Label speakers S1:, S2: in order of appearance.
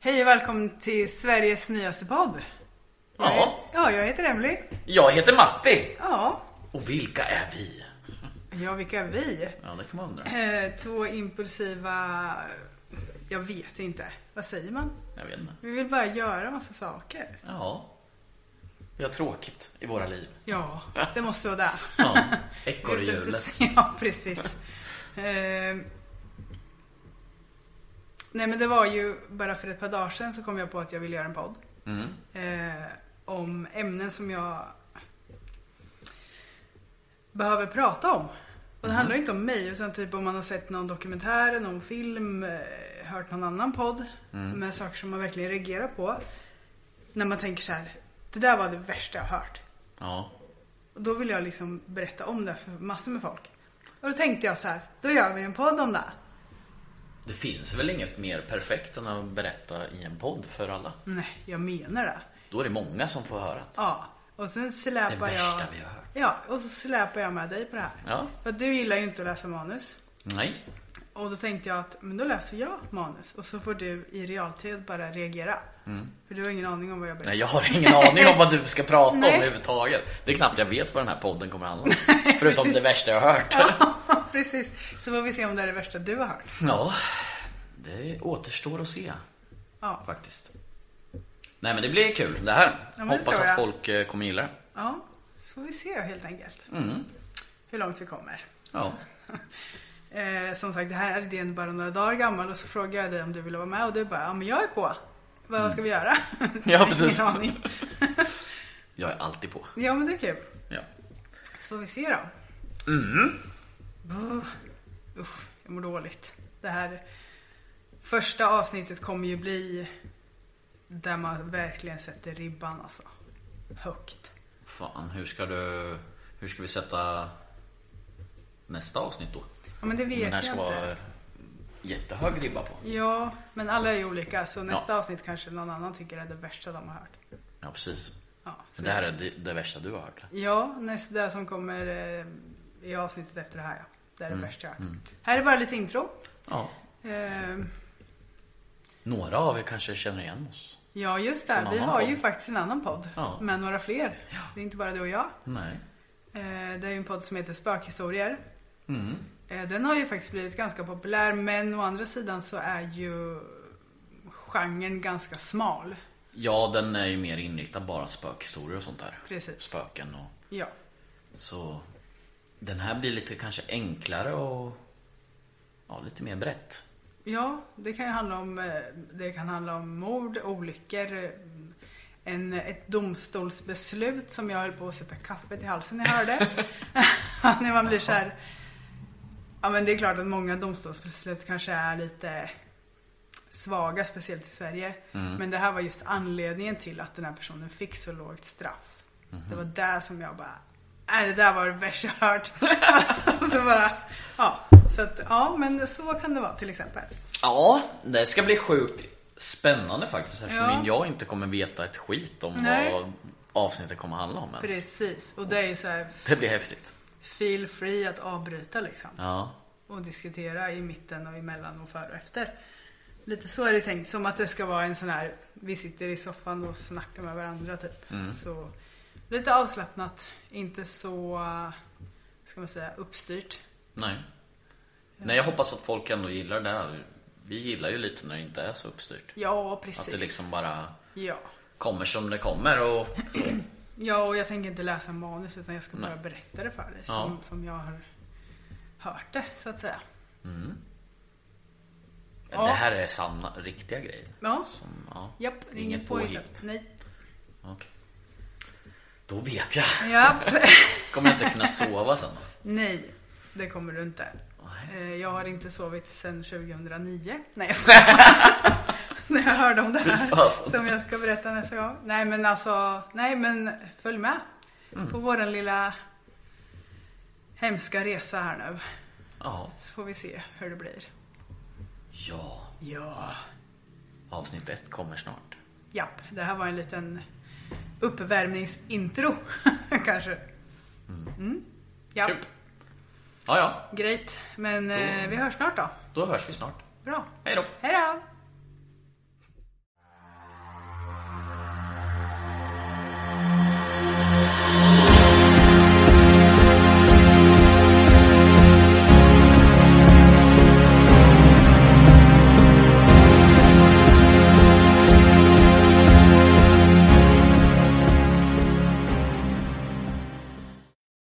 S1: och välkommen till Sveriges nyaste podd. Jag
S2: Ja.
S1: he- Ja, jag heter Emily.
S2: Jag heter Matti.
S1: Ja.
S2: Och vilka är vi?
S1: Ja, vilka är vi?
S2: Ja, det kan man undra.
S1: Eh, två impulsiva... Jag vet inte. Vad säger man?
S2: Jag vet inte.
S1: Vi vill bara göra massa saker.
S2: Ja. Vi har tråkigt i våra liv.
S1: Ja, det måste vara där.
S2: Ja,
S1: Ut efter
S2: ekorrhjulet.
S1: sig- Ja, precis. Ehm. Nej men det var ju bara för ett par dagar sedan så kom jag på att jag ville göra en podd.
S2: Mm.
S1: eh, om ämnen som jag behöver prata om. Och det
S2: Mhm.
S1: handlar inte om mig utan typ om man har sett någon dokumentär, någon film, eh, hört någon annan podd
S2: Mm.
S1: med saker som man verkligen reagerar på. När man tänker så här, det där var det värsta jag har hört.
S2: Ja.
S1: Och då vill jag liksom berätta om det för massor med folk. Och då tänkte jag så här, då gör vi en podd om det.
S2: Det finns väl inget mer perfekt än att berätta i en podd för alla?
S1: Nej, jag menar det.
S2: Då är det många som får höra det.
S1: Ja, och sen släpar
S2: Det värsta
S1: jag...
S2: vi har hört.
S1: Ja, och så släpar jag med dig på det här.
S2: Ja.
S1: För att du gillar ju inte att läsa manus.
S2: Nej.
S1: Och då tänkte jag att, men då läser jag manus. Och så får du i realtid bara reagera. För du har ingen aning om vad jag berättar.
S2: Nej, jag har ingen aning om vad du ska prata om
S1: Nej.
S2: överhuvudtaget. Det är knappt jag vet vad den här podden kommer handla om. Förutom det värsta jag har hört.
S1: Ja, precis. Så får vi se om det är det värsta du har hört.
S2: Ja, det återstår att se.
S1: Ja.
S2: Faktiskt. Nej men det blir kul det här.
S1: men det
S2: Hoppas
S1: tror
S2: att
S1: jag.
S2: folk eh, kommer gilla det. Mm.
S1: Ja, så får vi se helt enkelt. Hur långt vi kommer.
S2: Ja.
S1: Eh, som sagt, det här är idén bara några dagar gammal och så frågade jag dig om du ville vara med och du bara, ja men jag är på. Vad ska vi göra? Jag har
S2: precis.
S1: Ingen aning.
S2: Jag är alltid på.
S1: Ja men det är kul.
S2: Ja.
S1: Så får vi se då. Mm. Usch, jag mår dåligt. Det här första avsnittet kommer ju bli där man verkligen sätter ribban alltså. Högt.
S2: Fan, hur ska du... Hur ska vi sätta nästa avsnitt då?
S1: Ja men det vet
S2: Den här
S1: jag
S2: ska
S1: inte.
S2: vara jättehög ribba på.
S1: Ja, men alla är ju olika så nästa avsnitt kanske någon annan tycker är det värsta de har hört.
S2: Ja precis.
S1: Ja, så
S2: Det här är det, det värsta du har hört.
S1: Ja, nästa det som kommer eh, i avsnittet efter det här ja. Det är det
S2: Mm,
S1: värsta jag har hört. Här är bara lite intro.
S2: Ja.
S1: Eh,
S2: Några av er kanske känner igen oss.
S1: Ja, just det.
S2: En
S1: Vi
S2: annan
S1: har
S2: podd.
S1: ju faktiskt en annan podd
S2: Ja.
S1: med några fler. Det är inte bara du och jag.
S2: Nej.
S1: Eh, Det är ju en podd som heter Spökhistorier.
S2: Mm.
S1: Eh, Den har ju faktiskt blivit ganska populär, men å andra sidan så är ju genren ganska smal.
S2: Ja, den är ju mer inriktad bara spökhistorier och sånt där.
S1: Precis.
S2: Spöken och...
S1: Ja,
S2: Så den här blir lite kanske enklare och ja, lite mer brett.
S1: ja det kan ju handla om, eh, det kan handla om mord, olyckor, eh, en, ett domstolsbeslut som jag höll på att sätta kaffet i halsen när jag hörde. när man blir så här. Ja men det är klart att många domstolsbeslut kanske är lite svaga, speciellt i Sverige. Men det här var just anledningen till att den här personen fick så lågt straff. Det var där som jag bara, nej det där var det värsta jag hört. så bara, ja. Så att, ja men så kan det vara till exempel.
S2: Ja, det ska bli sjukt spännande faktiskt eftersom
S1: Ja.
S2: jag inte kommer veta ett skit om
S1: Nej.
S2: vad avsnittet kommer handla om ens.
S1: Precis, och det är ju så här,
S2: Det blir häftigt.
S1: feel free att avbryta liksom.
S2: Ja,
S1: och diskutera i mitten och emellan och före och efter. Lite så är det tänkt, som att det ska vara en sån här, vi sitter i soffan och snackar med varandra typ.
S2: Mm.
S1: Så lite avslappnat, inte så, ska man säga, uppstyrt.
S2: nej. Nej, jag hoppas att folk ändå gillar det. här. Vi gillar ju lite när det inte är så uppstyrt.
S1: Ja, precis.
S2: Att det liksom bara
S1: Ja.
S2: kommer som det kommer och
S1: ja, och jag tänker inte läsa manus utan jag ska bara berätta det för dig
S2: Ja.
S1: som, som jag har hört det, så att säga. Ja.
S2: Mm. det här är sanna, riktiga grejer.
S1: Ja.
S2: Som, ja.
S1: Japp, det är
S2: Inget
S1: inget påhittat.
S2: påhitt.
S1: Nej.
S2: Okej. Då vet jag.
S1: Japp.
S2: Kommer jag inte kunna sova sen då?
S1: Nej, det kommer du inte.
S2: Nej.
S1: Eh, Jag har inte sovit sedan 2009. Nej, jag skojar. När jag hörde om det här
S2: fasen.
S1: som jag ska berätta nästa gång. Nej, men alltså, nej men följ med på våran lilla hemska resa här nu.
S2: Ja.
S1: Så får vi se hur det blir.
S2: Ja.
S1: Ja.
S2: Avsnitt ett kommer snart.
S1: Japp, det här var en liten uppvärmningsintro kanske. Mm. Ja,
S2: Kul. Ja, ja.
S1: grejt. Men eh, vi hörs snart då.
S2: Då hörs vi snart.
S1: Bra.
S2: Hej då.
S1: Hej då!